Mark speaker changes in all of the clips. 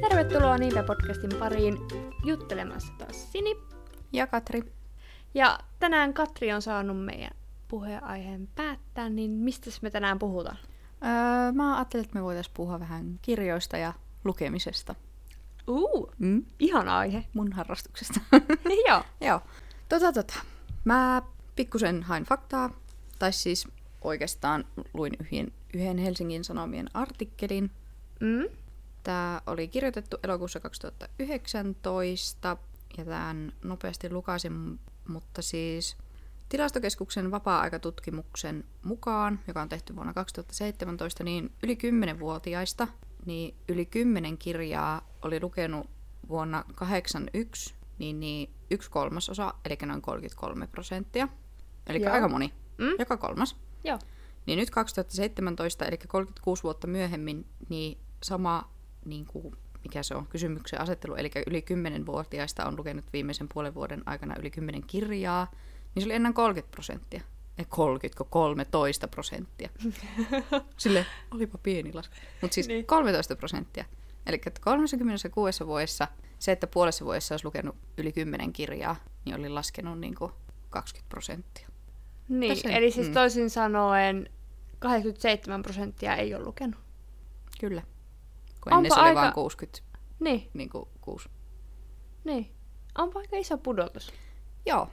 Speaker 1: Tervetuloa Niinpä podcastin pariin juttelemassa taas Sini.
Speaker 2: Ja Katri.
Speaker 1: Ja tänään Katri on saanut meidän puheenaiheen päättää, niin mistä me tänään puhutaan?
Speaker 2: Öö, mä ajattelin, että me voitaisiin puhua vähän kirjoista ja lukemisesta.
Speaker 1: Uu,
Speaker 2: Mm?
Speaker 1: ihan aihe.
Speaker 2: Mun harrastuksesta.
Speaker 1: Niin Joo.
Speaker 2: Joo. Tota, tota. Mä pikkusen hain faktaa, tai siis oikeastaan luin yhden, yhden Helsingin Sanomien artikkelin.
Speaker 1: Mm?
Speaker 2: Tämä oli kirjoitettu elokuussa 2019, ja tämän nopeasti lukasin, mutta siis Tilastokeskuksen vapaa-aikatutkimuksen mukaan, joka on tehty vuonna 2017, niin yli 10-vuotiaista, niin yli 10 kirjaa oli lukenut vuonna 81, niin, niin yksi kolmasosa, eli noin 33 prosenttia. Eli
Speaker 1: Joo.
Speaker 2: aika moni,
Speaker 1: Mm.
Speaker 2: joka kolmas.
Speaker 1: Joo.
Speaker 2: Niin nyt 2017, eli 36 vuotta myöhemmin, niin sama, niin kuin, mikä se on, kysymyksen asettelu, eli yli 10-vuotiaista on lukenut viimeisen puolen vuoden aikana yli 10 kirjaa, niin se oli enää 30 prosenttia. Ei 30, kun 13 prosenttia. Sille olipa pieni lasku. Mutta siis
Speaker 1: Niin.
Speaker 2: niin. 13 prosenttia. Eli 36 vuodessa se, että puolessa vuodessa olisi lukenut yli 10 kirjaa, niin oli laskenut niin kuin 20 prosenttia.
Speaker 1: Niin,
Speaker 2: Tässä-
Speaker 1: eli siis
Speaker 2: mm.
Speaker 1: toisin sanoen 87 prosenttia ei ole lukenut.
Speaker 2: Kyllä. Kun ennen
Speaker 1: Onpa
Speaker 2: se oli
Speaker 1: aika-
Speaker 2: vain 60
Speaker 1: Niin,
Speaker 2: niin kuin kuusi.
Speaker 1: niin. Onpa aika iso pudotus.
Speaker 2: Joo,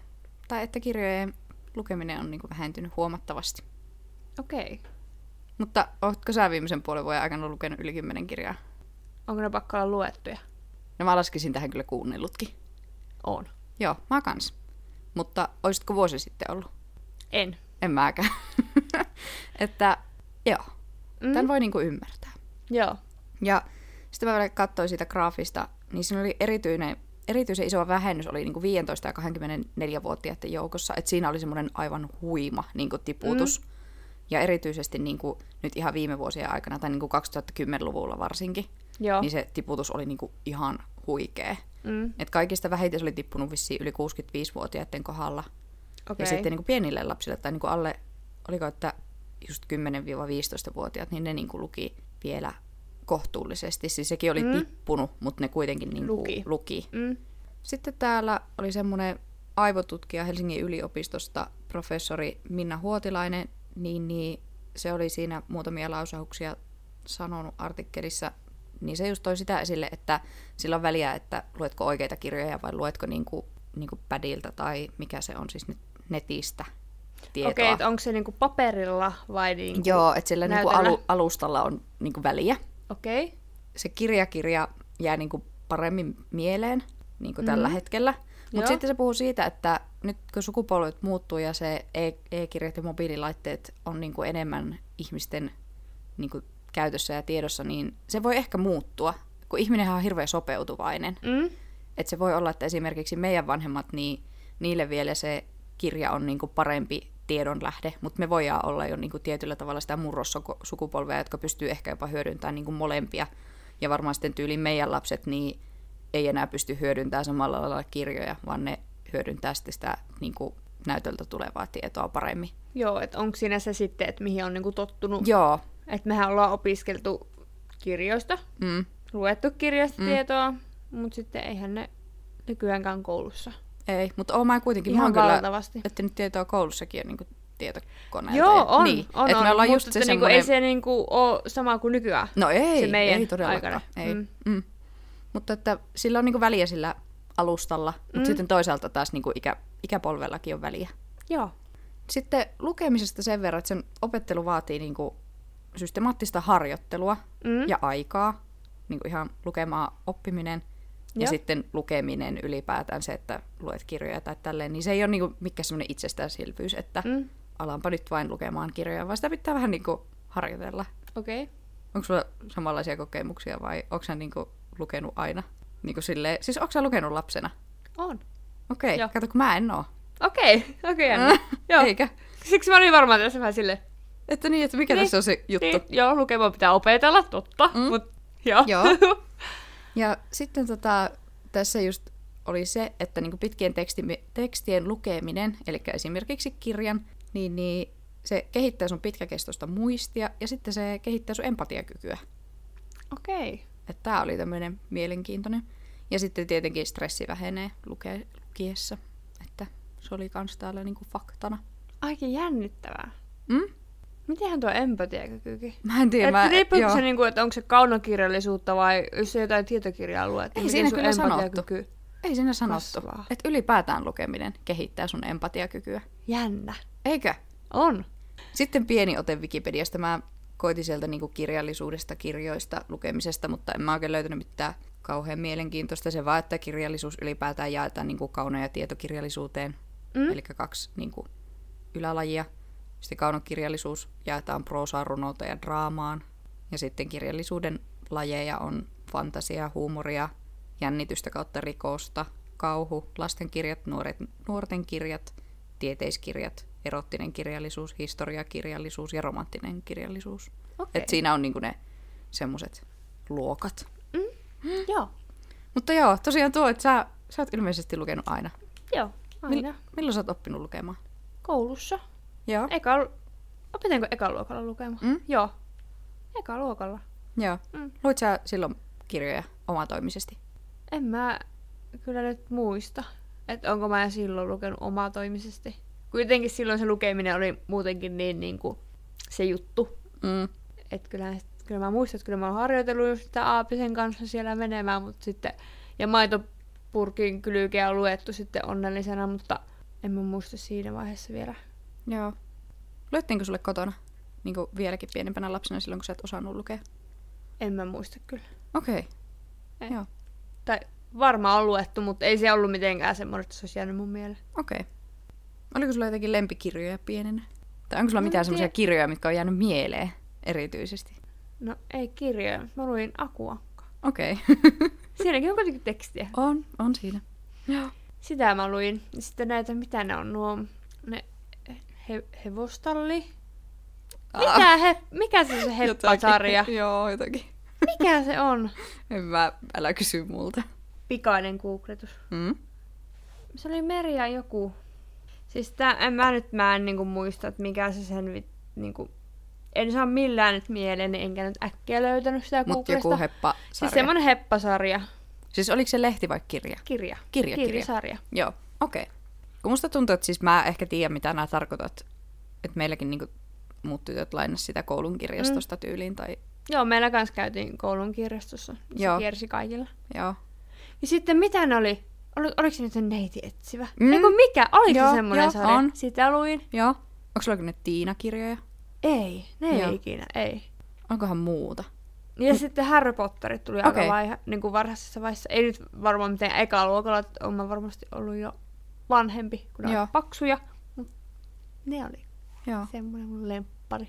Speaker 2: tai että kirjojen lukeminen on niin kuin vähentynyt huomattavasti.
Speaker 1: Okei. Okay.
Speaker 2: Mutta ootko sä viimeisen puolen vuoden aikana lukenut yli kymmenen kirjaa?
Speaker 1: Onko ne pakko olla luettuja?
Speaker 2: No mä laskisin tähän kyllä kuunnellutkin.
Speaker 1: On.
Speaker 2: Joo, mä kans. Mutta oisitko vuosi sitten ollut?
Speaker 1: En.
Speaker 2: En mäkään. että joo,
Speaker 1: Mm?
Speaker 2: tämän voi niin kuin ymmärtää.
Speaker 1: Joo.
Speaker 2: Ja sitten mä vielä katsoin siitä graafista, niin siinä oli erityinen, erityisen iso vähennys oli niin kuin 15 ja 24-vuotiaiden joukossa. Että siinä oli semmoinen aivan huima niin kuin tiputus. Mm. Ja erityisesti niin kuin nyt ihan viime vuosien aikana, tai niin kuin 2010-luvulla varsinkin,
Speaker 1: Joo.
Speaker 2: niin se tiputus oli niin kuin ihan huikea.
Speaker 1: Mm.
Speaker 2: Et kaikista vähiten se oli tippunut vissiin yli 65-vuotiaiden kohdalla. Okay.
Speaker 1: Okei.
Speaker 2: Ja sitten niin kuin pienille lapsille, tai niin kuin alle, oliko että just 10-15-vuotiaat, niin ne niin kuin luki vielä kohtuullisesti. Siis sekin oli
Speaker 1: Mm.
Speaker 2: mm. tippunut, mutta ne kuitenkin niin kuin
Speaker 1: Luki.
Speaker 2: luki. luki.
Speaker 1: Mm.
Speaker 2: Sitten täällä oli semmoinen aivotutkija Helsingin yliopistosta, professori Minna Huotilainen, niin, niin se oli siinä muutamia lausahuksia sanonut artikkelissa, niin se just toi sitä esille, että sillä on väliä, että luetko oikeita kirjoja vai luetko niinku, niinku pädiltä tai mikä se on siis net- netistä tietoa.
Speaker 1: Okei, okay, onko se niinku paperilla vai niinku...
Speaker 2: Joo, että sillä niinku
Speaker 1: näytöllä?
Speaker 2: alu- alustalla on niinku väliä
Speaker 1: Okei. Okay.
Speaker 2: se kirjakirja jää niin kuin paremmin mieleen niin kuin tällä hetkellä.
Speaker 1: Joo.
Speaker 2: Mutta sitten se puhuu siitä, että nyt kun sukupolvet muuttuu ja se e- e-kirjat ja mobiililaitteet on niin kuin enemmän ihmisten niin kuin käytössä ja tiedossa, niin se voi ehkä muuttua, kun ihminen on hirveän sopeutuvainen.
Speaker 1: Mm?
Speaker 2: Et se voi olla, että esimerkiksi meidän vanhemmat, niin niille vielä se kirja on niinku parempi tiedonlähde, mutta me voidaan olla jo niinku tietyllä tavalla sitä murrossukupolvea, jotka pystyy ehkä jopa hyödyntämään niinku molempia. Ja varmaan sitten tyyliin meidän lapset niin ei enää pysty hyödyntämään samalla lailla kirjoja, vaan ne hyödyntää sitten sitä niinku näytöltä tulevaa tietoa paremmin.
Speaker 1: Joo, että onko siinä se sitten, että mihin on niinku tottunut?
Speaker 2: Joo.
Speaker 1: Että mehän ollaan opiskeltu kirjoista,
Speaker 2: Mm.
Speaker 1: luettu kirjasta mm. tietoa, mutta sitten eihän ne nykyäänkään koulussa.
Speaker 2: Ei, mutta oon mä kuitenkin,
Speaker 1: Ihan
Speaker 2: mä oon kyllä
Speaker 1: valtavasti.
Speaker 2: etsinyt tietoa koulussakin jo niinku tietokoneelta.
Speaker 1: Joo,
Speaker 2: ja-
Speaker 1: on,
Speaker 2: niin.
Speaker 1: on,
Speaker 2: Et
Speaker 1: on,
Speaker 2: me ollaan just
Speaker 1: mutta
Speaker 2: se
Speaker 1: että niinku,
Speaker 2: semmonen-
Speaker 1: ei se niinku ole sama kuin nykyään.
Speaker 2: No ei,
Speaker 1: se meidän
Speaker 2: ei todellakaan.
Speaker 1: aikana.
Speaker 2: Ei.
Speaker 1: Mm.
Speaker 2: Mm. Mm. Mutta että sillä on niinku väliä sillä alustalla, mutta
Speaker 1: Mm.
Speaker 2: sitten toisaalta taas niinku ikä, ikäpolvellakin on väliä.
Speaker 1: Joo.
Speaker 2: Sitten lukemisesta sen verran, että sen opettelu vaatii niinku systemaattista harjoittelua
Speaker 1: Mm?
Speaker 2: mm. ja aikaa, niinku ihan lukemaa oppiminen ja,
Speaker 1: Joo.
Speaker 2: ja sitten lukeminen ylipäätään se, että luet kirjoja tai tälleen, niin se ei ole niinku mikään semmoinen itsestäänselvyys, että mm.
Speaker 1: Mm?
Speaker 2: alanpa nyt vain lukemaan kirjoja, vaan sitä pitää vähän niinku harjoitella.
Speaker 1: Okei. Okay.
Speaker 2: Onko sulla samanlaisia kokemuksia vai onko sä niinku lukenut aina? Niinku silleen, siis onko sä lukenut lapsena?
Speaker 1: On.
Speaker 2: Okei,
Speaker 1: Joo.
Speaker 2: okay, kato kun mä en oo.
Speaker 1: Okei, okay. okei. Okay, joo.
Speaker 2: Eikä?
Speaker 1: Siksi mä olin varmaan tässä vähän silleen,
Speaker 2: Että niin, että mikä
Speaker 1: Niin,
Speaker 2: niin. tässä on se juttu.
Speaker 1: niin,
Speaker 2: Niin.
Speaker 1: joo, lukemaan pitää opetella, totta, mm.
Speaker 2: Mm.
Speaker 1: mutta joo.
Speaker 2: Joo. Ja sitten tota, tässä just oli se, että niinku pitkien teksti, tekstien lukeminen, eli esimerkiksi kirjan, niin, niin se kehittää sun pitkäkestoista muistia ja sitten se kehittää sun empatiakykyä.
Speaker 1: Okei. Okay.
Speaker 2: Että tämä oli tämmöinen mielenkiintoinen. Ja sitten tietenkin stressi vähenee luke- lukiessa. Että se oli kans täällä niinku faktana.
Speaker 1: Aika jännittävää.
Speaker 2: Mm?
Speaker 1: Mitenhän tuo empatiakykykin?
Speaker 2: Mä en tiedä.
Speaker 1: Et
Speaker 2: Mä,
Speaker 1: riippuuko
Speaker 2: joo.
Speaker 1: se, niinku, että onko se kaunokirjallisuutta vai jos se jotain tietokirjaa luet? niin
Speaker 2: Ei
Speaker 1: miten
Speaker 2: siinä
Speaker 1: sun
Speaker 2: kyllä sanottu.
Speaker 1: empatiakyky-
Speaker 2: Ei siinä sanottu.
Speaker 1: kasvaa?
Speaker 2: Että ylipäätään lukeminen kehittää sun empatiakykyä.
Speaker 1: Jännä.
Speaker 2: Eikö?
Speaker 1: On.
Speaker 2: Sitten pieni ote Wikipediasta. Mä koitin sieltä niinku kirjallisuudesta, kirjoista, lukemisesta, mutta en mä oikein löytänyt mitään kauhean mielenkiintoista. Se vaan, että kirjallisuus ylipäätään jaetaan niinku kauno- ja tietokirjallisuuteen. Mm. Eli kaksi niinku ylälajia. Sitten kaunokirjallisuus jaetaan proosaan, runouteen ja draamaan. Ja sitten kirjallisuuden lajeja on fantasia, huumoria, jännitystä kautta rikosta, kauhu, lastenkirjat, nuoret, nuorten kirjat, tieteiskirjat, erottinen kirjallisuus, historiakirjallisuus ja romanttinen kirjallisuus.
Speaker 1: Okei.
Speaker 2: Et siinä on niinku ne semmoiset luokat.
Speaker 1: Joo.
Speaker 2: Mutta joo, tosiaan tuo, että sä, sä oot ilmeisesti lukenut aina.
Speaker 1: Joo. Aina.
Speaker 2: milloin sä oot oppinut lukemaan?
Speaker 1: Koulussa.
Speaker 2: Joo.
Speaker 1: Eka... Opetanko eka luokalla lukemaan?
Speaker 2: Mm?
Speaker 1: Joo. Eka luokalla.
Speaker 2: Joo.
Speaker 1: Mm.
Speaker 2: Luit sä silloin kirjoja omatoimisesti?
Speaker 1: En mä kyllä nyt muista, että onko mä silloin lukenut omatoimisesti. Kuitenkin silloin se lukeminen oli muutenkin niin, niin kuin se juttu.
Speaker 2: Mm.
Speaker 1: Että kyllä, kyllä mä muistan, että kyllä mä oon harjoitellut just sitä Aapisen kanssa siellä menemään, mutta sitten... Ja maitopurkin kylkeä on luettu sitten onnellisena, mutta en mä muista siinä vaiheessa vielä.
Speaker 2: Joo. Luettiinko sulle kotona? Niin kuin vieläkin pienempänä lapsena silloin, kun sä et osannut lukea?
Speaker 1: En mä muista kyllä.
Speaker 2: Okei.
Speaker 1: Ei.
Speaker 2: Joo.
Speaker 1: Tai varmaan on luettu, mutta ei se ollut mitenkään semmoinen, että se olisi jäänyt mun mieleen.
Speaker 2: Okei. Oliko sulla jotakin lempikirjoja pienenä? Tai onko sulla
Speaker 1: No,
Speaker 2: mitään
Speaker 1: en tiedä.
Speaker 2: semmoisia kirjoja, mitkä on jäänyt mieleen erityisesti?
Speaker 1: No ei kirjoja, mä luin Akua.
Speaker 2: Okei.
Speaker 1: Siinäkin on kuitenkin tekstiä.
Speaker 2: on, on siinä. Joo.
Speaker 1: Sitä mä luin. Ja Sitten näitä, mitä ne on nuo, ne he, hevostalli? Mitä he, mikä se on se heppasarja?
Speaker 2: Joo, jotakin.
Speaker 1: Mikä se on?
Speaker 2: En mä, älä kysy multa.
Speaker 1: Pikainen googletus.
Speaker 2: Mm?
Speaker 1: Se oli meri ja joku. Siis tää, en mä nyt mä en niinku muista, että mikä se sen vi- niinku, en saa millään nyt mieleen, niin enkä nyt äkkiä löytänyt sitä
Speaker 2: Mut
Speaker 1: Googlesta.
Speaker 2: joku heppa
Speaker 1: Siis semmonen heppasarja.
Speaker 2: siis oliko se lehti vai kirja?
Speaker 1: Kirja.
Speaker 2: Kirja, kirja.
Speaker 1: Kirjasarja.
Speaker 2: Joo, okei. Okay. Kun musta tuntuu, että siis mä ehkä tiedän, mitä nämä tarkoitat. Että meilläkin niinku muut tytöt lainas sitä koulun kirjastosta mm. tyyliin tai...
Speaker 1: Joo, meillä kanssa käytiin koulun kirjastossa. Se
Speaker 2: Joo.
Speaker 1: kiersi kaikilla.
Speaker 2: Joo.
Speaker 1: Ja sitten mitä ne oli? Oli, oliko se nyt se neiti etsivä?
Speaker 2: Mm.
Speaker 1: Mm. Eiku mikä? Oliko
Speaker 2: Joo,
Speaker 1: se semmoinen
Speaker 2: joo,
Speaker 1: sarja?
Speaker 2: on.
Speaker 1: Sitä luin.
Speaker 2: Joo. Onko sulla ne Tiina-kirjoja?
Speaker 1: Ei, ne
Speaker 2: Joo.
Speaker 1: ei ikinä, ei.
Speaker 2: Onkohan muuta?
Speaker 1: Ja sitten Harry Potterit tuli okay.
Speaker 2: Okei.
Speaker 1: aika vaiha, niin kuin varhaisessa vaiheessa. Ei nyt varmaan mitään eka luokalla, että olen varmasti ollut jo vanhempi, kun ne
Speaker 2: Joo.
Speaker 1: oli paksuja. Mut ne oli
Speaker 2: Joo.
Speaker 1: semmoinen mun lemppari.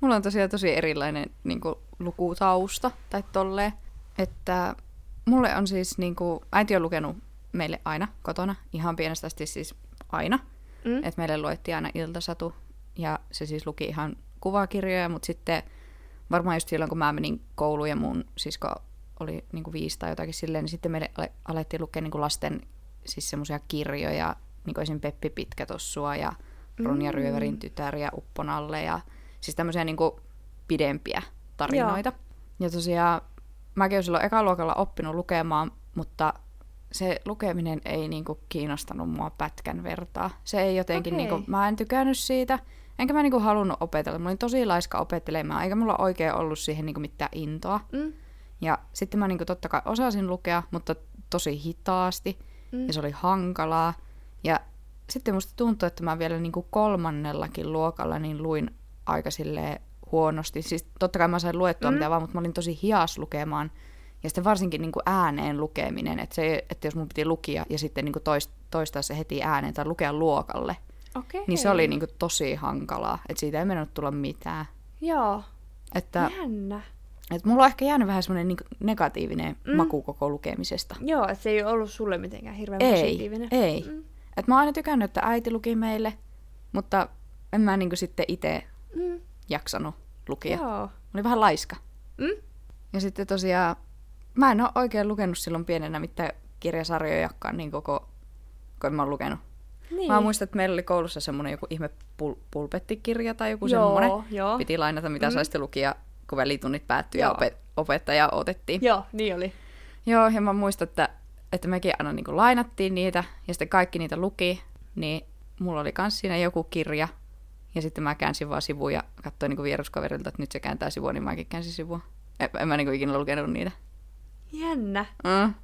Speaker 2: Mulla on tosiaan tosi erilainen niinku lukutausta tai tolleen, että mulle on siis, niinku äiti on lukenut meille aina kotona, ihan pienestä asti siis aina, mm.
Speaker 1: Mm.
Speaker 2: että meille luettiin aina iltasatu ja se siis luki ihan kuvakirjoja, mutta sitten varmaan just silloin, kun mä menin kouluun ja mun sisko oli niinku viisi tai jotakin silleen, niin sitten meille ale- alettiin lukea niinku lasten siis semmoisia kirjoja, niin kuin esim. Peppi Pitkä tossua ja Ronja mm. Ryövärin tytär ja Upponalle ja siis tämmöisiä niinku pidempiä tarinoita. Ja tosiaan mäkin olen silloin ekaluokalla oppinut lukemaan, mutta se lukeminen ei niinku kiinnostanut mua pätkän vertaa. Se ei jotenkin,
Speaker 1: Okei.
Speaker 2: niinku, mä en tykännyt siitä, enkä mä niinku halunnut opetella. Mä olin tosi laiska opettelemaan, eikä mulla oikein ollut siihen niinku mitään intoa.
Speaker 1: Mm.
Speaker 2: Ja sitten mä niinku totta kai osasin lukea, mutta tosi hitaasti. Mm.
Speaker 1: Mm.
Speaker 2: Ja se oli hankalaa. Ja sitten musta tuntui, että mä vielä niinku kolmannellakin luokalla niin luin aika silleen huonosti. Siis totta kai mä sain luettua mm. mitä vaan, mutta mä olin tosi hias lukemaan. Ja sitten varsinkin niinku ääneen lukeminen, että, se, että jos mun piti lukia ja sitten niinku tois- toistaa se heti ääneen tai lukea luokalle,
Speaker 1: Okei.
Speaker 2: niin se oli niinku tosi hankalaa, että siitä ei mennyt tulla mitään.
Speaker 1: Joo,
Speaker 2: Että
Speaker 1: jännä.
Speaker 2: et mulla on ehkä jäänyt vähän semmoinen niinku negatiivinen mm. maku koko lukemisesta.
Speaker 1: Joo, että se ei ollut sulle mitenkään hirveän
Speaker 2: Ei,
Speaker 1: positiivinen.
Speaker 2: ei. Mm.
Speaker 1: Mm.
Speaker 2: Et mä oon aina tykännyt, että äiti luki meille, mutta en mä niinku sitten itse
Speaker 1: Mm.
Speaker 2: jaksanut lukea. Joo.
Speaker 1: Joo.
Speaker 2: Oli vähän laiska.
Speaker 1: Mm?
Speaker 2: Ja sitten tosiaan, mä en ole oikein lukenut silloin pienenä mitään kirjasarjojakaan niin koko, kun en mä oon lukenut.
Speaker 1: Niin.
Speaker 2: Mä muistan, että meillä oli koulussa semmoinen joku ihme pul- pulpettikirja tai joku
Speaker 1: Joo,
Speaker 2: semmoinen.
Speaker 1: joo.
Speaker 2: Piti lainata, mitä mm. saisi lukia kun välitunnit päättyi ja
Speaker 1: Joo.
Speaker 2: opet- opettajaa otettiin.
Speaker 1: Joo, niin oli.
Speaker 2: Joo, ja mä muistan, että, että mekin aina niin lainattiin niitä, ja sitten kaikki niitä luki, niin mulla oli kans siinä joku kirja, ja sitten mä käänsin vaan sivuja, ja katsoin niin vieruskaverilta, että nyt se kääntää sivua, niin mäkin käänsin sivua. En, en mä niin ikinä lukenut niitä.
Speaker 1: Jännä.
Speaker 2: Mm.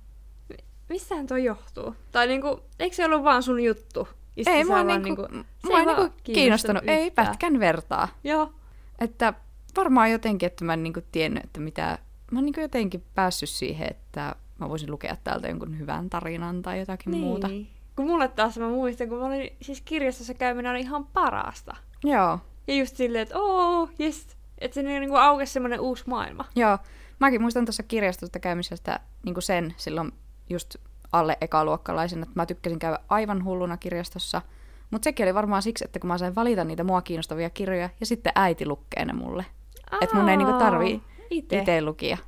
Speaker 1: Mistähän toi johtuu? Tai niinku, eikö se ollut vaan sun juttu? Ja sit
Speaker 2: Ei
Speaker 1: sä
Speaker 2: mua
Speaker 1: vaan
Speaker 2: niinku,
Speaker 1: se
Speaker 2: mua ei
Speaker 1: vaan
Speaker 2: niinku kiinnostanut, ei
Speaker 1: yhtään.
Speaker 2: pätkän vertaa.
Speaker 1: Joo,
Speaker 2: Että varmaan jotenkin, että mä en niinku tiennyt, että mitä... Mä oon niinku jotenkin päässyt siihen, että mä voisin lukea täältä jonkun hyvän tarinan tai jotakin
Speaker 1: niin.
Speaker 2: muuta.
Speaker 1: muuta. Kun mulle taas mä muistan, kun mä olin, siis kirjastossa käyminen oli ihan parasta.
Speaker 2: Joo,
Speaker 1: Ja just silleen, että ooo, jes. Että se niinku aukesi semmonen uusi maailma.
Speaker 2: joo. Mäkin muistan tuossa kirjastosta käymisestä niinku sen silloin just alle ekaluokkalaisen, että mä tykkäsin käydä aivan hulluna kirjastossa. Mutta sekin oli varmaan siksi, että kun mä sain valita niitä mua kiinnostavia kirjoja, ja sitten äiti lukee ne mulle. Et mun ei niinku
Speaker 1: Aa,
Speaker 2: tarvii
Speaker 1: ite.
Speaker 2: Itse lukia.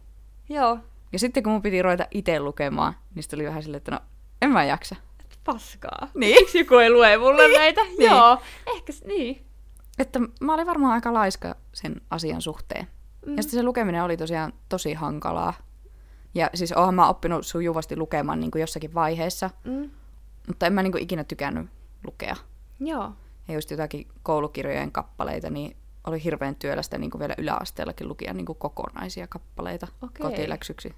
Speaker 1: Joo,
Speaker 2: Ja sitten kun mun piti ruveta itse lukemaan, niin sitten oli vähän silleen, että no en mä jaksa.
Speaker 1: et paskaa.
Speaker 2: Niin.
Speaker 1: Miksi joku ei lue mulle niin. näitä? Niin. Joo, ehkä s- niin.
Speaker 2: Että mä olin varmaan aika laiska sen asian suhteen. Mm. Ja sitten se lukeminen oli tosiaan tosi hankalaa. Ja siis oonhan mä oppinut sujuvasti lukemaan niin kuin jossakin vaiheessa,
Speaker 1: Mm.
Speaker 2: mutta en mä niin kuin ikinä tykännyt lukea.
Speaker 1: Joo.
Speaker 2: Ja just jotakin koulukirjojen kappaleita, niin oli hirveän työlästä niin kuin vielä yläasteellakin lukea niin kuin kokonaisia kappaleita
Speaker 1: Okei.
Speaker 2: kotiläksyksi.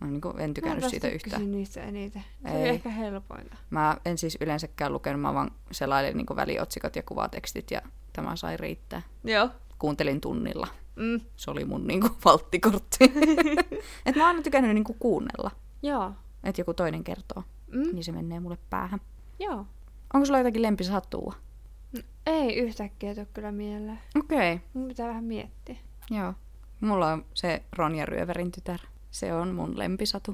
Speaker 2: Mä niin kuin en tykännyt
Speaker 1: taas
Speaker 2: siitä
Speaker 1: tykkäsin
Speaker 2: yhtään.
Speaker 1: niistä eniten. Se ei. oli
Speaker 2: Ei.
Speaker 1: ehkä helpointa.
Speaker 2: Mä en siis yleensäkään lukenut, mä vaan selailin niin väliotsikot ja kuvatekstit ja tämä sai riittää.
Speaker 1: Joo.
Speaker 2: Kuuntelin tunnilla.
Speaker 1: Mm.
Speaker 2: Se oli mun niin kuin, valttikortti. Et mä oon aina tykännyt niin kuin, kuunnella,
Speaker 1: Joo.
Speaker 2: että joku toinen kertoo.
Speaker 1: Mm.
Speaker 2: Niin se menee mulle päähän.
Speaker 1: Joo.
Speaker 2: Onko sulla jotakin lempisatua?
Speaker 1: Ei yhtäkkiä tule kyllä mieleen.
Speaker 2: Okei, okay.
Speaker 1: Mun pitää vähän miettiä.
Speaker 2: joo. Mulla on se Ronja Ryöverin tytär. Se on mun lempisatu.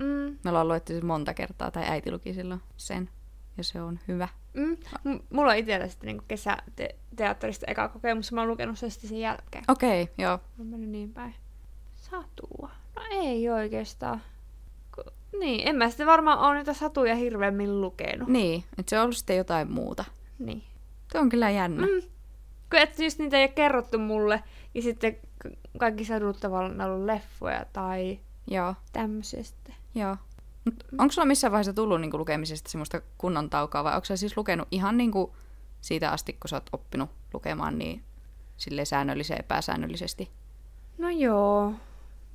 Speaker 1: Mm.
Speaker 2: Me ollaan luettu se monta kertaa, tai äiti luki silloin sen. Ja se on hyvä.
Speaker 1: Mm. M- mulla on itsellä sitten niinku kesäteatterista eka kokemus, mä oon lukenut sen sitten sen jälkeen.
Speaker 2: Okei, okay, joo.
Speaker 1: On mennyt niin päin. Satua? No ei oikeastaan. Ku- Niin, en mä sitten varmaan ole niitä satuja hirveämmin lukenut.
Speaker 2: Niin, että se on ollut sitten jotain muuta.
Speaker 1: Niin.
Speaker 2: Tuo on kyllä jännä.
Speaker 1: Mm. Kun et just niitä ei ole kerrottu mulle, ja sitten k- kaikki sadut tavallaan on ollut leffoja tai
Speaker 2: Joo,
Speaker 1: tämmöisiä sitten.
Speaker 2: joo. Mut onko sulla missään vaiheessa tullut niinku lukemisesta semmoista kunnon taukoa vai onko sä siis lukenut ihan niinku siitä asti, kun sä oot oppinut lukemaan niin sille säännöllisen epäsäännöllisesti?
Speaker 1: No joo.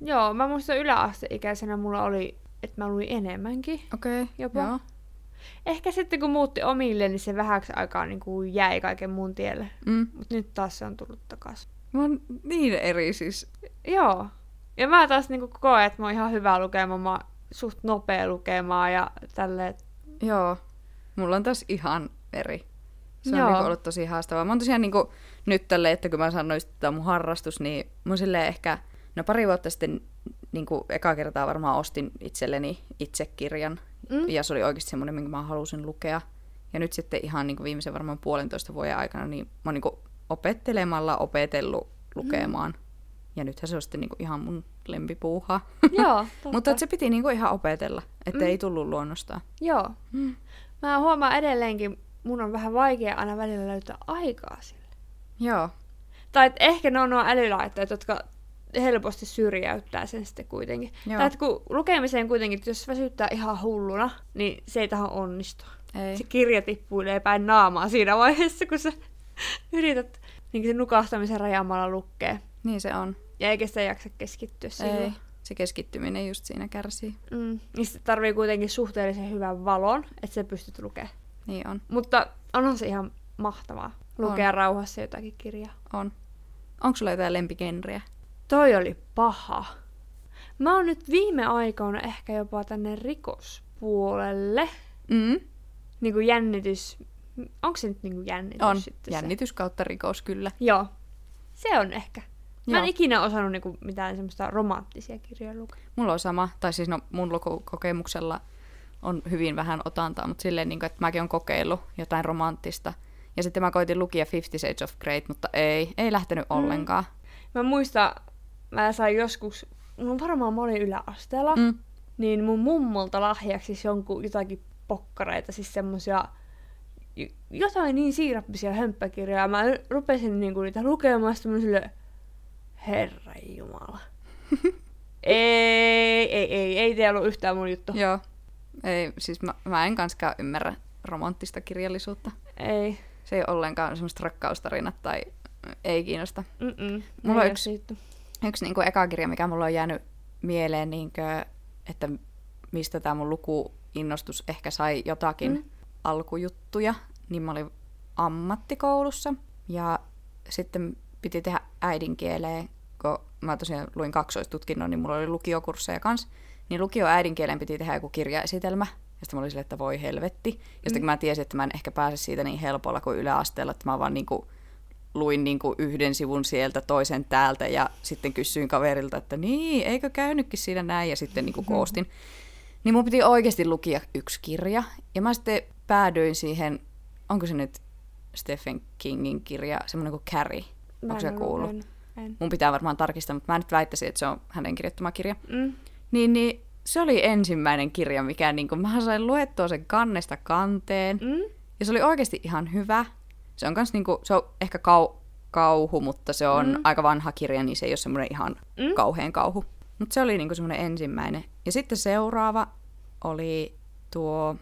Speaker 1: Joo, mä muistan yläasteikäisenä mulla oli, että mä luin enemmänkin.
Speaker 2: Okei,
Speaker 1: Jopa.
Speaker 2: Joo.
Speaker 1: Ehkä sitten kun muutti omille, niin se vähäksi aikaa niin kuin jäi kaiken mun tielle.
Speaker 2: Mm.
Speaker 1: Mut nyt taas se on tullut takas.
Speaker 2: Mä oon niin eri siis.
Speaker 1: Joo. Ja mä taas niin kuin koen, että mä oon ihan hyvä lukemaan, mä oon suht nopea lukemaan ja tälleen.
Speaker 2: Joo. Mulla on taas ihan eri. Se on
Speaker 1: Joo.
Speaker 2: niinku ollut tosi haastavaa. Mä oon tosiaan niinku, nyt tälle, että kun mä sanoin, että tämä on mun harrastus, niin mun silleen ehkä, no pari vuotta sitten niinku eka kertaa varmaan ostin itselleni itse kirjan.
Speaker 1: Mm.
Speaker 2: Mm. Ja se oli oikeasti semmoinen, minkä mä halusin lukea. Ja nyt sitten ihan niinku viimeisen varmaan puolentoista vuoden aikana, niin mä oon niinku opettelemalla opetellut lukemaan. Mm. Ja nythän se on sitten niinku ihan mun lempipuuha.
Speaker 1: Joo, totta.
Speaker 2: Mutta et se piti niinku ihan opetella, että
Speaker 1: Mm.
Speaker 2: mm. ei tullut luonnostaan.
Speaker 1: Joo.
Speaker 2: Mm.
Speaker 1: Mä huomaan edelleenkin, mun on vähän vaikea aina välillä löytää aikaa sille.
Speaker 2: Joo,
Speaker 1: Tai et ehkä ne on nuo älylaitteet, jotka helposti syrjäyttää sen sitten kuitenkin.
Speaker 2: Joo.
Speaker 1: Tai et kun lukemiseen kuitenkin, että jos väsyttää ihan hulluna, niin se ei tahan onnistua.
Speaker 2: ei.
Speaker 1: Se kirja tippuilee päin naamaa siinä vaiheessa, kun sä yrität niin sen nukahtamisen rajaamalla lukkee.
Speaker 2: Niin se on.
Speaker 1: Ja eikä sitä jaksa keskittyä silloin.
Speaker 2: Ei. Se keskittyminen just siinä kärsii.
Speaker 1: Mm. Niin sitten tarvii kuitenkin suhteellisen hyvän valon, että sä pystyt lukemaan.
Speaker 2: Niin on,
Speaker 1: Mutta onhan se ihan mahtavaa lukea on. rauhassa jotakin kirjaa.
Speaker 2: on. Onko sulla jotain lempigenreä?
Speaker 1: Toi oli paha. Mä oon nyt viime aikoina ehkä jopa tänne rikospuolelle.
Speaker 2: Mm.
Speaker 1: Niinku jännitys. Onko se nyt niinku jännitys
Speaker 2: On.
Speaker 1: sitten se?
Speaker 2: Jännitys kautta rikos kyllä.
Speaker 1: Joo. Se on ehkä. Mä en
Speaker 2: Joo.
Speaker 1: ikinä osannut niinku mitään semmoista romanttisia kirjoja lukea.
Speaker 2: Mulla on sama, tai siis no, mun lukukokemuksella on hyvin vähän otantaa, mutta silleen, niin kuin, että mäkin olen kokeillut jotain romanttista. Ja sitten mä koitin lukia Fifty Shades of Grey, mutta ei, ei lähtenyt ollenkaan.
Speaker 1: Mä muistan, mä sain joskus, no varmaan mä olin yläasteella, mm.
Speaker 2: Mm.
Speaker 1: niin mun mummolta lahjaksi siis jonkun jotakin pokkareita, siis semmosia j- jotain niin siirappisia hömppäkirjoja. Mä rupesin niinku niitä lukemaan, sitten mä olin silleen, Herra Jumala. ei, ei, ei, ei tee ollut yhtään mun juttu.
Speaker 2: Joo. Ei, siis mä, mä en kanskään ymmärrä romanttista kirjallisuutta.
Speaker 1: Ei.
Speaker 2: Se ei ole ollenkaan semmoista rakkaustarinat tai ei kiinnosta.
Speaker 1: Mm-mm.
Speaker 2: Mulla on
Speaker 1: Ei
Speaker 2: yksi-
Speaker 1: oo siitä.
Speaker 2: Yksi niin eka kirja, mikä mulla on jäänyt mieleen, niin kuin, että mistä tämä mun lukuinnostus ehkä sai jotakin
Speaker 1: Mm.
Speaker 2: mm. alkujuttuja, niin mä olin ammattikoulussa ja sitten piti tehdä äidinkieleen, kun mä tosiaan luin kaksoistutkinnon, niin mulla oli lukiokursseja kanssa, niin lukio äidinkieleen piti tehdä joku kirjaesitelmä, ja sitten mä olin silleen, että voi helvetti. Ja sitten kun mä tiesin, että mä en ehkä pääse siitä niin helpolla kuin yläasteella, että mä vaan niinku luin niin kuin yhden sivun sieltä, toisen täältä ja sitten kysyin kaverilta, että niin, eikö käynytkin siinä näin ja sitten niin kuin koostin. Niin mun piti oikeasti lukia yksi kirja ja mä sitten päädyin siihen, onko se nyt Stephen Kingin kirja, semmoinen kuin Carrie.
Speaker 1: Mä
Speaker 2: Onko
Speaker 1: en
Speaker 2: se
Speaker 1: ole
Speaker 2: kuullut?
Speaker 1: lukenut. En.
Speaker 2: Mun pitää varmaan tarkistaa, mutta mä nyt väittäisin, että se on hänen kirjoittama kirja.
Speaker 1: Mm.
Speaker 2: Niin, niin se oli ensimmäinen kirja, mikä niin kuin, mä sain luettua sen kannesta kanteen.
Speaker 1: Mm.
Speaker 2: Ja se oli oikeasti ihan hyvä. Se on, kans niinku, se on ehkä kau, kauhu, mutta se on mm. aika vanha kirja, niin se ei ole semmoinen ihan
Speaker 1: Mm.
Speaker 2: mm. kauhean kauhu. Mutta se oli niinku semmoinen ensimmäinen. Ja sitten seuraava oli tuo,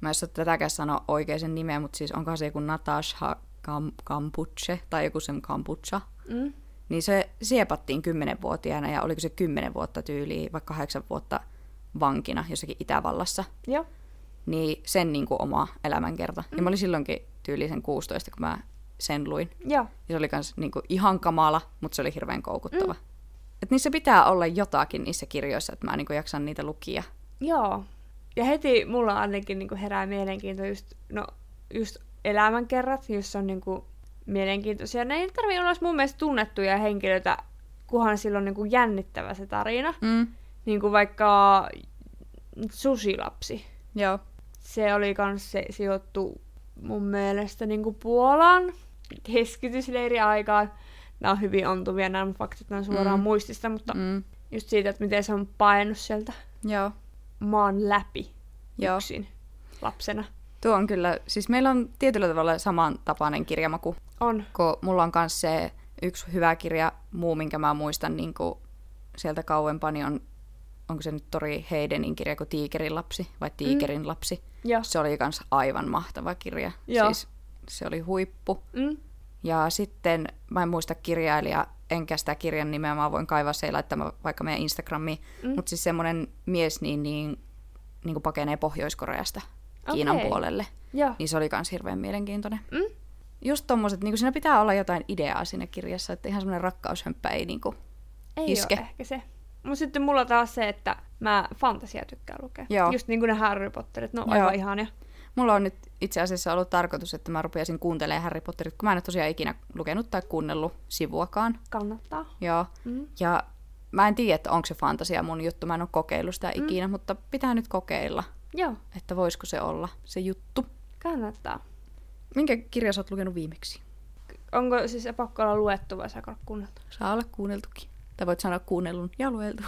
Speaker 2: mä en osaa tätäkään sanoa oikein sen nimeä, mutta siis onkohan se joku Natasha Kam- Kampuche tai joku sen Kampucha.
Speaker 1: Mm.
Speaker 2: Niin se siepattiin kymmenenvuotiaana ja oliko se kymmenen vuotta tyyliin, vaikka kahdeksan vuotta vankina jossakin Itävallassa
Speaker 1: Joo.
Speaker 2: niin sen niin kuin oma elämänkerta. Mm. Ja mä olin silloinkin tyyli sen 16, kun mä sen luin.
Speaker 1: Joo.
Speaker 2: Ja se oli kans niin kuin ihan kamala, mutta se oli hirveän koukuttava. Mm. Et niissä pitää olla jotakin niissä kirjoissa, että mä niin kuin jaksan niitä lukia.
Speaker 1: Joo. Ja heti mulla ainakin niin herää mielenkiinto just, no, just elämänkerrat, jos on niin kuin mielenkiintoisia. Ne ei tarvitse olla edes mun mielestä tunnettuja henkilöitä, kunhan sillä on niin kuin jännittävä se tarina.
Speaker 2: Mm.
Speaker 1: Niin kuin vaikka susilapsi.
Speaker 2: Joo.
Speaker 1: Se oli kans se sijoittu mun mielestä niin kuin Puolan keskitysleiriaikaan. Nämä on hyvin ontuvia, nämä faktit nämä on suoraan
Speaker 2: Mm.
Speaker 1: mm. muistista, mutta mm.
Speaker 2: Mm.
Speaker 1: just siitä, että miten se on paennut sieltä
Speaker 2: Joo.
Speaker 1: maan läpi
Speaker 2: Joo.
Speaker 1: yksin lapsena.
Speaker 2: Tuo on kyllä, siis meillä on tietyllä tavalla samantapainen kirjamaku,
Speaker 1: On.
Speaker 2: kun mulla on myös se yksi hyvä kirja, muu minkä mä muistan niin kuin sieltä kauempaa, niin on, onko se nyt Tori Heidenin kirja kuin Tiikerin lapsi vai Tiikerin mm. lapsi.
Speaker 1: Joo.
Speaker 2: Se oli kans aivan mahtava kirja.
Speaker 1: Joo.
Speaker 2: Siis se oli huippu.
Speaker 1: Mm.
Speaker 2: Ja sitten, mä en muista kirjailija, enkä sitä kirjan nimeä, mä voin kaivaa se ja laittaa mä vaikka meidän Instagramiin.
Speaker 1: Mm.
Speaker 2: Mm. Mutta siis semmoinen mies niin, niin, niin kuin pakenee Pohjois-Koreasta Kiinan
Speaker 1: Okei.
Speaker 2: puolelle.
Speaker 1: Joo.
Speaker 2: Niin se oli kans hirveän mielenkiintoinen.
Speaker 1: Mm.
Speaker 2: Just tommoset, niin kuin siinä pitää olla jotain ideaa siinä kirjassa, että ihan semmoinen rakkaushömppä ei niin kuin...
Speaker 1: Ei
Speaker 2: Iske.
Speaker 1: ole ehkä se. Mutta sitten mulla taas se, että mä fantasiaa tykkään lukea.
Speaker 2: Joo.
Speaker 1: Just niin kuin ne Harry Potterit, ne on
Speaker 2: Joo.
Speaker 1: aivan ihania.
Speaker 2: Mulla on nyt itse asiassa ollut tarkoitus, että mä rupeaisin kuuntelemaan Harry Potterit, kun mä en ole tosiaan ikinä lukenut tai kuunnellut sivuakaan.
Speaker 1: Kannattaa.
Speaker 2: Joo.
Speaker 1: Mm.
Speaker 2: Ja mä en tiedä, että onko se fantasia mun juttu, mä en ole kokeillut sitä mm. ikinä, mutta pitää nyt kokeilla,
Speaker 1: Joo,
Speaker 2: että voisiko se olla se juttu.
Speaker 1: kannattaa.
Speaker 2: Minkä kirja sä oot lukenut viimeksi?
Speaker 1: Onko siis pakko olla luettu vai saako olla kuunneltu?
Speaker 2: Saa olla kuunneltukin. Tai voit sanoa kuunnellun ja lueltu.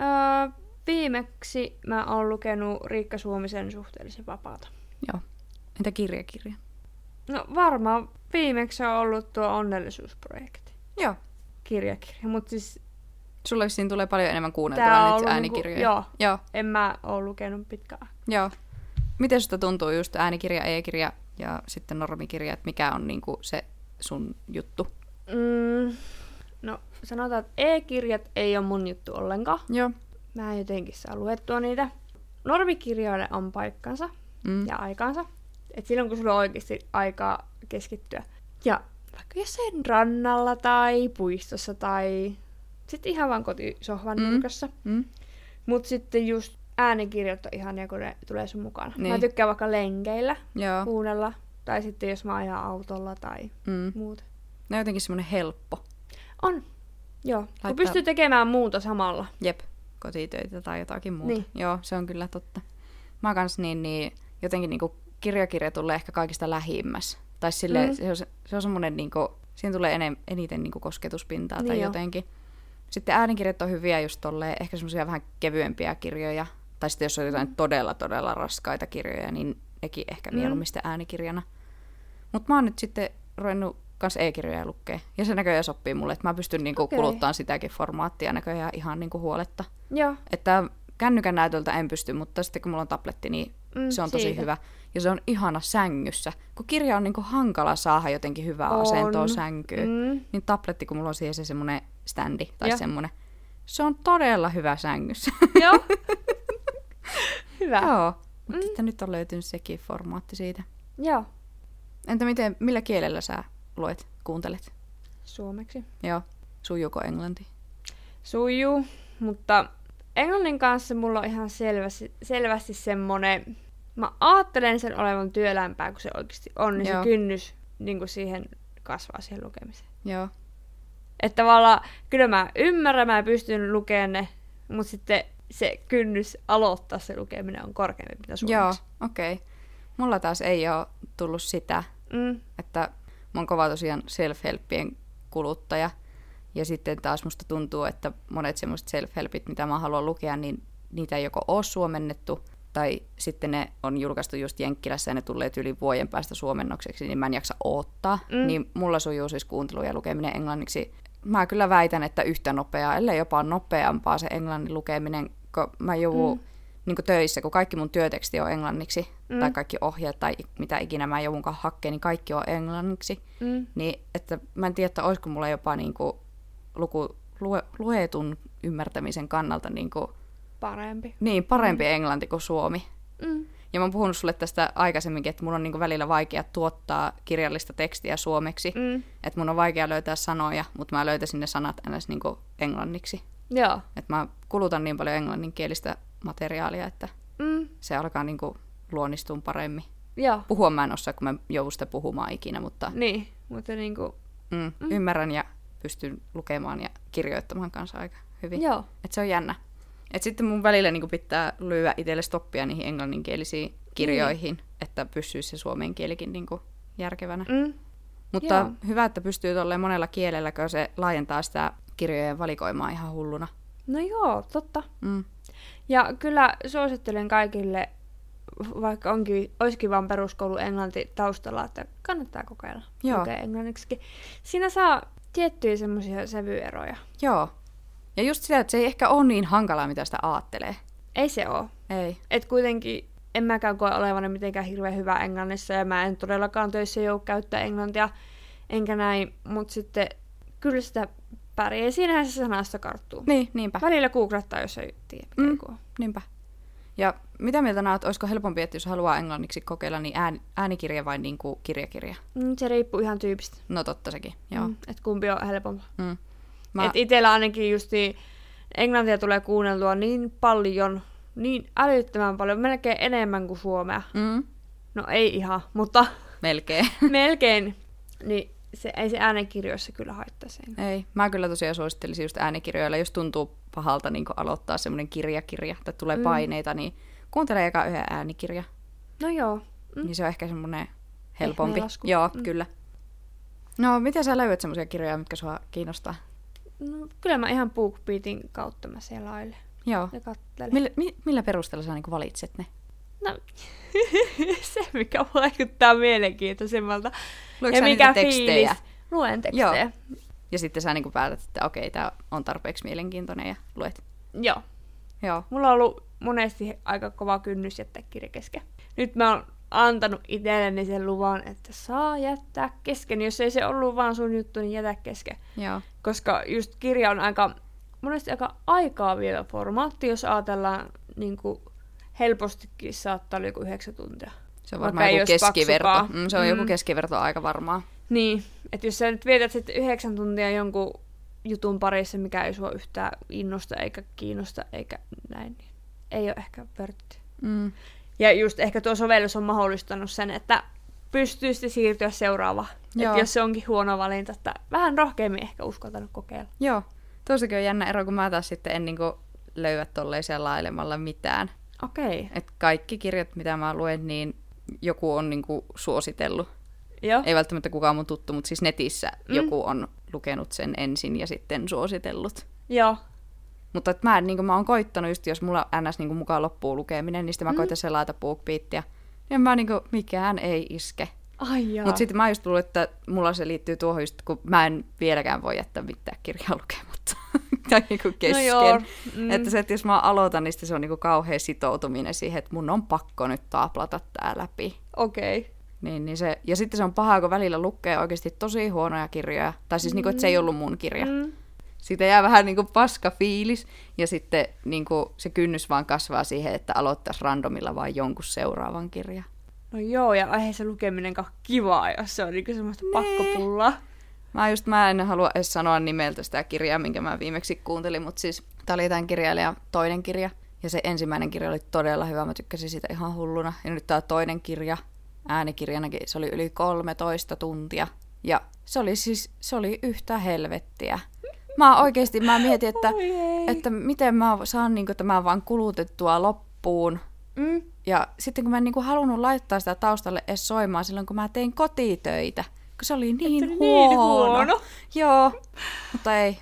Speaker 1: Öö, viimeksi mä oon lukenut Riikka Suomisen suhteellisen vapaata.
Speaker 2: Joo. Entä kirjakirja?
Speaker 1: No varmaan viimeksi on ollut tuo onnellisuusprojekti.
Speaker 2: Joo.
Speaker 1: Kirjakirja, mutta siis
Speaker 2: Sulle siinä tulee paljon enemmän
Speaker 1: Tää on
Speaker 2: kuunneltua
Speaker 1: ollut
Speaker 2: nyt
Speaker 1: niinku-
Speaker 2: äänikirjoja.
Speaker 1: joo.
Speaker 2: joo.
Speaker 1: en mä oo lukenut pitkään.
Speaker 2: Joo. Miten susta tuntuu just äänikirja, e-kirja ja sitten normikirja, että mikä on niinku se sun juttu?
Speaker 1: Mm, no sanotaan, että e-kirjat ei ole mun juttu ollenkaan.
Speaker 2: Joo.
Speaker 1: Mä en jotenkin saa luettua niitä. Normikirjoille on paikkansa
Speaker 2: Mm.
Speaker 1: ja aikaansa. Et silloin kun sulla on oikeasti aikaa keskittyä. Ja vaikka jossain rannalla tai puistossa tai sitten ihan vaan kotisohvan
Speaker 2: Mm.
Speaker 1: nurkassa.
Speaker 2: Mm.
Speaker 1: Mut sitten just äänikirjat on ihania, kun ne tulee sun mukana. Mä
Speaker 2: Niin.
Speaker 1: tykkään vaikka lenkeillä
Speaker 2: Joo.
Speaker 1: kuunnella. Tai sitten jos mä ajan autolla tai
Speaker 2: Mm.
Speaker 1: muuta.
Speaker 2: Ne on jotenkin semmoinen helppo.
Speaker 1: On. Joo. Kun
Speaker 2: Laittaa-
Speaker 1: pystyy tekemään muuta samalla.
Speaker 2: Jep, kotitöitä tai jotakin muuta.
Speaker 1: Niin.
Speaker 2: Niin. Joo, se on kyllä totta. Mä kans niin, niin jotenkin niinku kirjakirja tulee ehkä kaikista lähimmäs. Tai sille,
Speaker 1: Mm.
Speaker 2: mm. se, on, se- se on semmoinen, niinku, siinä tulee enem, eniten niinku kosketuspintaa tai
Speaker 1: Niin
Speaker 2: niin
Speaker 1: joo.
Speaker 2: jotenkin. Sitten äänikirjat on hyviä just tolleen, ehkä semmoisia vähän kevyempiä kirjoja. Tai sitten jos on jotain todella, todella raskaita kirjoja, niin nekin ehkä
Speaker 1: Mm.
Speaker 2: mieluummin sitä äänikirjana. Mutta mä oon nyt sitten ruvennut kans e-kirjoja lukee. Ja se näköjään sopii mulle, että mä pystyn niinku
Speaker 1: Okei.
Speaker 2: okay. kuluttamaan sitäkin formaattia näköjään ihan niinku huoletta.
Speaker 1: Joo.
Speaker 2: Että kännykän näytöltä en pysty, mutta sitten kun mulla on tabletti, niin
Speaker 1: Mm,
Speaker 2: se on tosi
Speaker 1: siitä.
Speaker 2: hyvä. Ja se on ihana sängyssä. Kun kirja on niinku hankala saada jotenkin hyvää
Speaker 1: On.
Speaker 2: asentoa sänkyyn, mm.
Speaker 1: Mm.
Speaker 2: niin tabletti, kun mulla on siihen se semmoinen standi
Speaker 1: Joo.
Speaker 2: tai semmoinen, se on todella hyvä sängyssä.
Speaker 1: Joo. Hyvä. Mm.
Speaker 2: Joo. Mutta sitten nyt on löytynyt sekin formaatti siitä.
Speaker 1: Joo.
Speaker 2: Entä miten, millä kielellä sä luet, kuuntelet?
Speaker 1: Suomeksi.
Speaker 2: Joo, sujuuko englanti?
Speaker 1: sujuu, mutta englannin kanssa mulla on ihan selvästi, selvästi semmonen, mä ajattelen sen olevan työlämpää, kun se oikeasti on, niin
Speaker 2: Joo.
Speaker 1: se kynnys niin kuin siihen kasvaa siihen lukemiseen.
Speaker 2: Joo.
Speaker 1: Että tavallaan, kyllä mä ymmärrän, mä pystyn lukemaan ne, mutta sitten se kynnys aloittaa se lukeminen on korkeampi, mitä
Speaker 2: Joo,
Speaker 1: suomeksi.
Speaker 2: okei. Okay. Mulla taas ei ole tullut sitä,
Speaker 1: Mm,
Speaker 2: että mä oon kova tosiaan self-helppien kuluttaja. Ja sitten taas musta tuntuu, että monet semmoiset self-helpit, mitä mä haluan lukea, niin niitä ei joko ole suomennettu, tai sitten ne on julkaistu just Jenkkilässä ja ne tulee yli vuoden päästä suomennokseksi, niin mä en jaksa oottaa.
Speaker 1: Mm.
Speaker 2: Mm. Niin mulla sujuu siis kuuntelu ja lukeminen englanniksi. Mä kyllä väitän, että yhtä nopeaa, ellei jopa nopeampaa se englannin lukeminen, kun mä joudun mm. niin töissä, kun kaikki mun työteksti on englanniksi,
Speaker 1: Mm.
Speaker 2: mm. tai kaikki ohjeet tai mitä ikinä mä joudunkaan hakkeen, niin kaikki on englanniksi.
Speaker 1: mm,
Speaker 2: Niin, että mä en tiedä, että olisiko mulla jopa niin kuin luku, lue, luetun ymmärtämisen kannalta niin, kuin,
Speaker 1: parempi.
Speaker 2: niin parempi mm. englanti kuin suomi.
Speaker 1: Mm,
Speaker 2: Ja mä oon puhunut sulle tästä aikaisemminkin, että mun on niin kuin välillä vaikea tuottaa kirjallista tekstiä suomeksi. Mm.
Speaker 1: mm,
Speaker 2: Että mun on vaikea löytää sanoja, mutta mä löytäisin ne sanat ns. Niin kuin englanniksi.
Speaker 1: joo.
Speaker 2: Että mä kulutan niin paljon englanninkielistä materiaalia, että
Speaker 1: Mm,
Speaker 2: se alkaa niin kuin luonnistua paremmin.
Speaker 1: joo.
Speaker 2: Puhua mä en osaa, kun mä joudun sitä puhumaan ikinä, mutta
Speaker 1: Niin, mutta niinku,
Speaker 2: Mm, mm. Ymmärrän ja pystyn lukemaan ja kirjoittamaan kanssa aika hyvin.
Speaker 1: joo.
Speaker 2: Et se on jännä. Et sitten mun välillä niinku pitää lyödä itselle stoppia niihin englanninkielisiin kirjoihin, mm. että pysyisi se suomen kielikin niinku järkevänä. Mm.
Speaker 1: Mm,
Speaker 2: Mutta
Speaker 1: joo.
Speaker 2: hyvä, että pystyy tolleen monella kielellä, kun se laajentaa sitä kirjojen valikoimaa ihan hulluna.
Speaker 1: no joo, totta.
Speaker 2: Mm.
Speaker 1: Ja kyllä suosittelen kaikille, vaikka onkin, olisikin vaan peruskoulu englanti taustalla, että kannattaa kokeilla
Speaker 2: Joo.
Speaker 1: lukea englanniksi. Siinä saa tiettyjä semmoisia sävyeroja.
Speaker 2: Joo. Ja just sitä, että se ei ehkä ole niin hankalaa, mitä sitä aattelee.
Speaker 1: Ei se oo.
Speaker 2: Ei.
Speaker 1: Et kuitenkin en mäkään koe olevani mitenkään hirveän hyvä englannissa ja mä en todellakaan töissä jou käyttää englantia, enkä näin, mutta sitten kyllä sitä pärjää. Siinähän se sanasta karttuu.
Speaker 2: Niin, niinpä.
Speaker 1: Välillä googlattaa, jos ei tiedä, mikä
Speaker 2: Mm.
Speaker 1: joku on.
Speaker 2: Niinpä. Ja mitä mieltä näet, olisiko helpompi, että jos haluaa englanniksi kokeilla, niin ään, äänikirja vai niin kuin kirjakirja?
Speaker 1: Mm, Se riippuu ihan tyypistä,
Speaker 2: No totta sekin, joo.
Speaker 1: mm. että kumpi on helpompaa.
Speaker 2: Mm.
Speaker 1: Mä...
Speaker 2: Mä,
Speaker 1: Et itellä ainakin justi englantia tulee kuunneltua niin paljon, niin älyttömän paljon, melkein enemmän kuin suomea.
Speaker 2: mm,
Speaker 1: No ei ihan, mutta
Speaker 2: melkein.
Speaker 1: melkein. Niin se, ei se äänenkirjoissa kyllä haittaa sen.
Speaker 2: Ei. Mä kyllä tosiaan suosittelisin just äänikirjoilla, jos tuntuu pahalta niin aloittaa semmoinen kirjakirja, tai tulee
Speaker 1: Mm.
Speaker 2: mm. paineita, niin kuuntele eka yhden äänikirja.
Speaker 1: No joo. Mm.
Speaker 2: Mm. Niin se on ehkä semmoinen helpompi.
Speaker 1: Pehmeä lasku.
Speaker 2: Joo,
Speaker 1: Mm.
Speaker 2: mm. kyllä. No, mitä sä löydät semmoisia kirjoja, mitkä sua kiinnostaa?
Speaker 1: No, kyllä mä ihan BookBeatin kautta mä selailen
Speaker 2: Joo.
Speaker 1: ja kattelen.
Speaker 2: Millä, mi, millä perusteella sä niin valitset ne?
Speaker 1: No, se mikä vaikuttaa mielenkiintoisemmalta.
Speaker 2: Luetko
Speaker 1: ja
Speaker 2: sä
Speaker 1: mikä
Speaker 2: niitä tekstejä?
Speaker 1: fiilis. Luen tekstejä.
Speaker 2: Ja sitten sä niin päätät, että okei, tämä on tarpeeksi mielenkiintoinen ja luet.
Speaker 1: Joo. joo.
Speaker 2: Joo.
Speaker 1: Mulla on ollut monesti aika kova kynnys jättää kirja kesken. Nyt mä oon antanut itselleni sen luvan, että saa jättää kesken. Jos ei se ollut vaan sun juttu, niin jätä kesken.
Speaker 2: Joo.
Speaker 1: Koska just kirja on aika, monesti aika aikaa vielä formaatti, jos ajatellaan niin kuin helpostikin saattaa olla joku yhdeksän tuntia.
Speaker 2: Se on
Speaker 1: Vaikka
Speaker 2: varmaan
Speaker 1: ei
Speaker 2: joku
Speaker 1: olisi
Speaker 2: keskiverto.
Speaker 1: paksukaan.
Speaker 2: Mm, se on joku
Speaker 1: Mm.
Speaker 2: keskiverto aika varmaa.
Speaker 1: Niin, että jos sä nyt vietät sitten yhdeksän tuntia jonkun jutun parissa, mikä ei sua yhtään innosta eikä kiinnosta eikä näin, niin ei ole ehkä vörtti.
Speaker 2: Mm.
Speaker 1: Ja just ehkä tuo sovellus on mahdollistanut sen, että pystyy sitten siirtyä seuraavaan.
Speaker 2: Joo.
Speaker 1: Et jos se onkin huono valinta, että vähän rohkeammin ehkä uskaltanut kokeilla.
Speaker 2: Joo. Tuossakin on jännä ero, kun mä taas sitten en niinku löyä tolleen selailemalla mitään.
Speaker 1: Okei. Okay.
Speaker 2: Et kaikki kirjat, mitä mä luen, niin joku on niinku suositellut.
Speaker 1: Joo.
Speaker 2: Ei välttämättä kukaan mun tuttu, mutta siis netissä
Speaker 1: Mm.
Speaker 2: mm. joku on lukenut sen ensin ja sitten suositellut.
Speaker 1: Joo.
Speaker 2: Mutta et mä, en, niin mä oon koittanut just, jos mulla ns. Niin mukaan loppuu lukeminen, niin sitten mä mm. koitan selata BookBeatia. Ja mä niin kuin, mikään niinku, ei iske.
Speaker 1: Ai jaa.
Speaker 2: Mutta sitten mä oon just tullut, että mulla se liittyy tuohon just, kun mä en vieläkään voi jättää mitään kirjaa lukematta. tai niinku kesken.
Speaker 1: Mm.
Speaker 2: Mm. Että se, että jos mä aloitan, niin sitten se on niinku kauhea sitoutuminen siihen, että mun on pakko nyt taaplata tää läpi.
Speaker 1: Okei. Okay.
Speaker 2: Niin, niin se, ja sitten se on pahaa, kun välillä lukee oikeasti tosi huonoja kirjoja. Tai siis, mm. niinku, että se ei ollut mun kirja. Mm.
Speaker 1: Mm.
Speaker 2: Siitä jää vähän niinku paska fiilis. Ja sitten niinku, se kynnys vaan kasvaa siihen, että aloittaisi randomilla vaan jonkun seuraavan kirjan.
Speaker 1: No joo, ja eihän se lukeminenkaan kivaa, jos se on niinku semmoista nee. pakkopullaa.
Speaker 2: Mä just mä en halua edes sanoa nimeltä sitä kirjaa, minkä mä viimeksi kuuntelin, mutta siis tää oli tämän kirjailijan toinen kirja. Ja se ensimmäinen kirja oli todella hyvä, mä tykkäsin sitä ihan hulluna. Ja nyt tää toinen kirja, äänikirjanakin, se oli yli 13 tuntia. Ja se oli siis, se oli yhtä helvettiä. Mä oikeasti mä mietin, että,
Speaker 1: Oi ei.
Speaker 2: että miten mä saan niin tämän vaan kulutettua loppuun.
Speaker 1: Mm.
Speaker 2: Ja sitten kun mä en niin kuin halunnut laittaa sitä taustalle edes soimaan silloin, kun mä tein kotitöitä, kun se oli niin,
Speaker 1: oli
Speaker 2: huono.
Speaker 1: niin huono.
Speaker 2: Joo, mutta ei.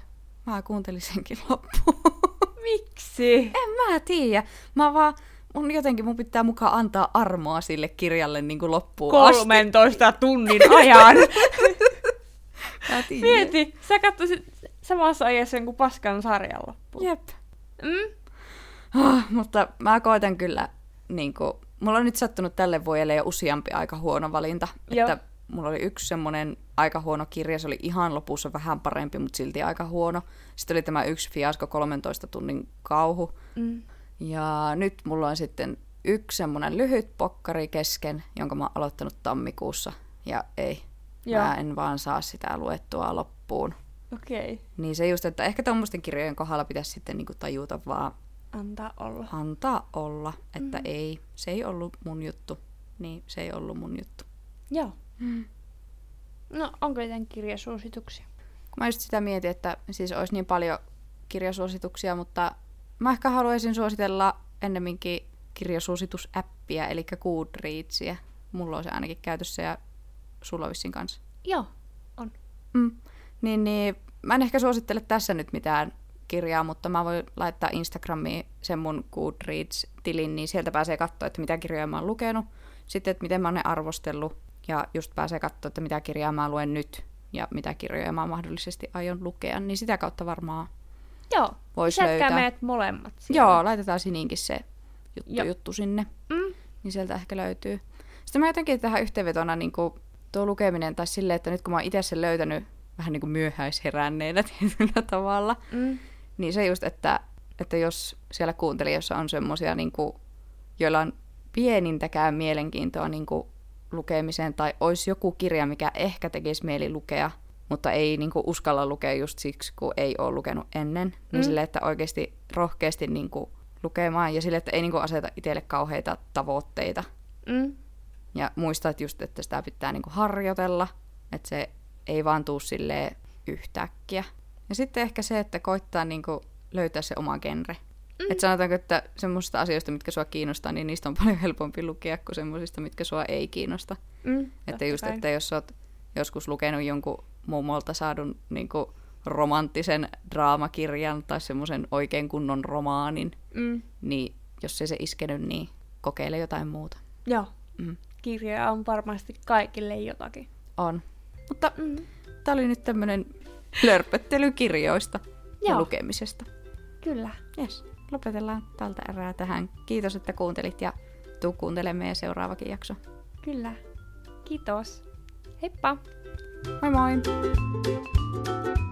Speaker 2: Mä kuuntelin senkin loppuun.
Speaker 1: Miksi?
Speaker 2: En mä tiedä. Mä vaan, mun jotenkin mun pitää mukaan antaa armoa sille kirjalle niin kuin loppuun asti.
Speaker 1: 13 tunnin ajan.
Speaker 2: Mä tiedän.
Speaker 1: Mieti, sä katsoisit samassa ajassa jonkun paskan sarjan loppuun.
Speaker 2: Jep.
Speaker 1: Mm?
Speaker 2: Ah, mutta mä koitan kyllä, niin kuin, mulla on nyt sattunut tälle vuodelle jo useampi aika huono valinta.
Speaker 1: Joo.
Speaker 2: Että mulla oli yksi semmoinen aika huono kirja, se oli ihan lopussa vähän parempi, mutta silti aika huono. Sitten oli tämä yksi fiasko 13 tunnin kauhu.
Speaker 1: Mm.
Speaker 2: Ja nyt mulla on sitten yksi semmoinen lyhyt pokkari kesken, jonka mä oon aloittanut tammikuussa. Ja ei,
Speaker 1: Joo.
Speaker 2: Joo. mä en vaan saa sitä luettua loppuun.
Speaker 1: Okei, okay.
Speaker 2: Niin se just, että ehkä tuommoisten kirjojen kohdalla pitäisi sitten niinku tajuta vaan
Speaker 1: antaa olla.
Speaker 2: antaa olla, että mm. ei, se ei ollut mun juttu, niin se ei ollut mun juttu.
Speaker 1: Joo. Mm. No, onko jotain kirjasuosituksia?
Speaker 2: Kun mä just sitä mietin, että siis olisi niin paljon kirjasuosituksia, mutta mä ehkä haluaisin suositella ennemminkin kirjasuositusäppiä, eli Goodreadsia. Mulla on se ainakin käytössä ja sulla on vissiin kanssa.
Speaker 1: Joo, on.
Speaker 2: Mm. Niin, niin, mä en ehkä suosittele tässä nyt mitään kirjaa, mutta mä voin laittaa Instagramiin sen mun Goodreads-tilin, niin sieltä pääsee katsoa, että mitä kirjoja mä oon lukenut, sitten, että miten mä oon ne arvostellut, ja just pääsee katsoa, että mitä kirjaa mä luen nyt, ja mitä kirjoja mä mahdollisesti aion lukea, niin sitä kautta varmaan
Speaker 1: Joo,
Speaker 2: Vois
Speaker 1: lisätkää
Speaker 2: löytää.
Speaker 1: meidät molemmat siihen.
Speaker 2: Joo, laitetaan Sininkin se juttu,
Speaker 1: Joo.
Speaker 2: juttu sinne.
Speaker 1: Mm.
Speaker 2: Niin sieltä ehkä löytyy. Sitten mä jotenkin tähän yhteenvetona niin kuin tuo lukeminen tai silleen, että nyt kun mä oon itse sen löytänyt vähän niin kuin myöhäisheränneenä tietyllä tavalla,
Speaker 1: Mm.
Speaker 2: niin se just, että, että jos siellä kuuntelijoissa on semmoisia, niin kuin, joilla on pienintäkään mielenkiintoa niin kuin lukemiseen, tai olisi joku kirja, mikä ehkä tekisi mieli lukea, mutta ei niin kuin uskalla lukea just siksi, kun ei ole lukenut ennen, niin
Speaker 1: Mm.
Speaker 2: mm. sille, että oikeasti rohkeasti niin kuin lukemaan, ja sille, että ei niin kuin aseta itselle kauheita tavoitteita.
Speaker 1: Mm.
Speaker 2: Ja muistaa että just, että sitä pitää niinku harjoitella, että se ei vaan tuu silleen yhtäkkiä. Ja sitten ehkä se, että koittaa niinku löytää se oma genre. Mm. Että sanotaanko, että semmoisista asioista, mitkä sua kiinnostaa, niin niistä on paljon helpompi lukea kuin semmoisista, mitkä sua ei kiinnosta.
Speaker 1: Mm.
Speaker 2: Että just,
Speaker 1: kai.
Speaker 2: että jos oot joskus lukenut jonkun mummolta saadun niinku romanttisen draamakirjan tai semmoisen oikein kunnon romaanin,
Speaker 1: Mm.
Speaker 2: niin jos ei se iskenyt, niin kokeile jotain muuta.
Speaker 1: Joo.
Speaker 2: Mm.
Speaker 1: Kirjoja on varmasti kaikille jotakin.
Speaker 2: On. Mutta
Speaker 1: Mm.
Speaker 2: Tämä oli nyt tämmöinen lörpöttely kirjoista
Speaker 1: Joo.
Speaker 2: ja lukemisesta.
Speaker 1: Kyllä.
Speaker 2: Yes. Lopetellaan tältä erää tähän. Kiitos, että kuuntelit ja tuu kuuntelemaan meidän seuraavakin jakso.
Speaker 1: Kyllä. Kiitos. Heippa!
Speaker 2: Moi moi!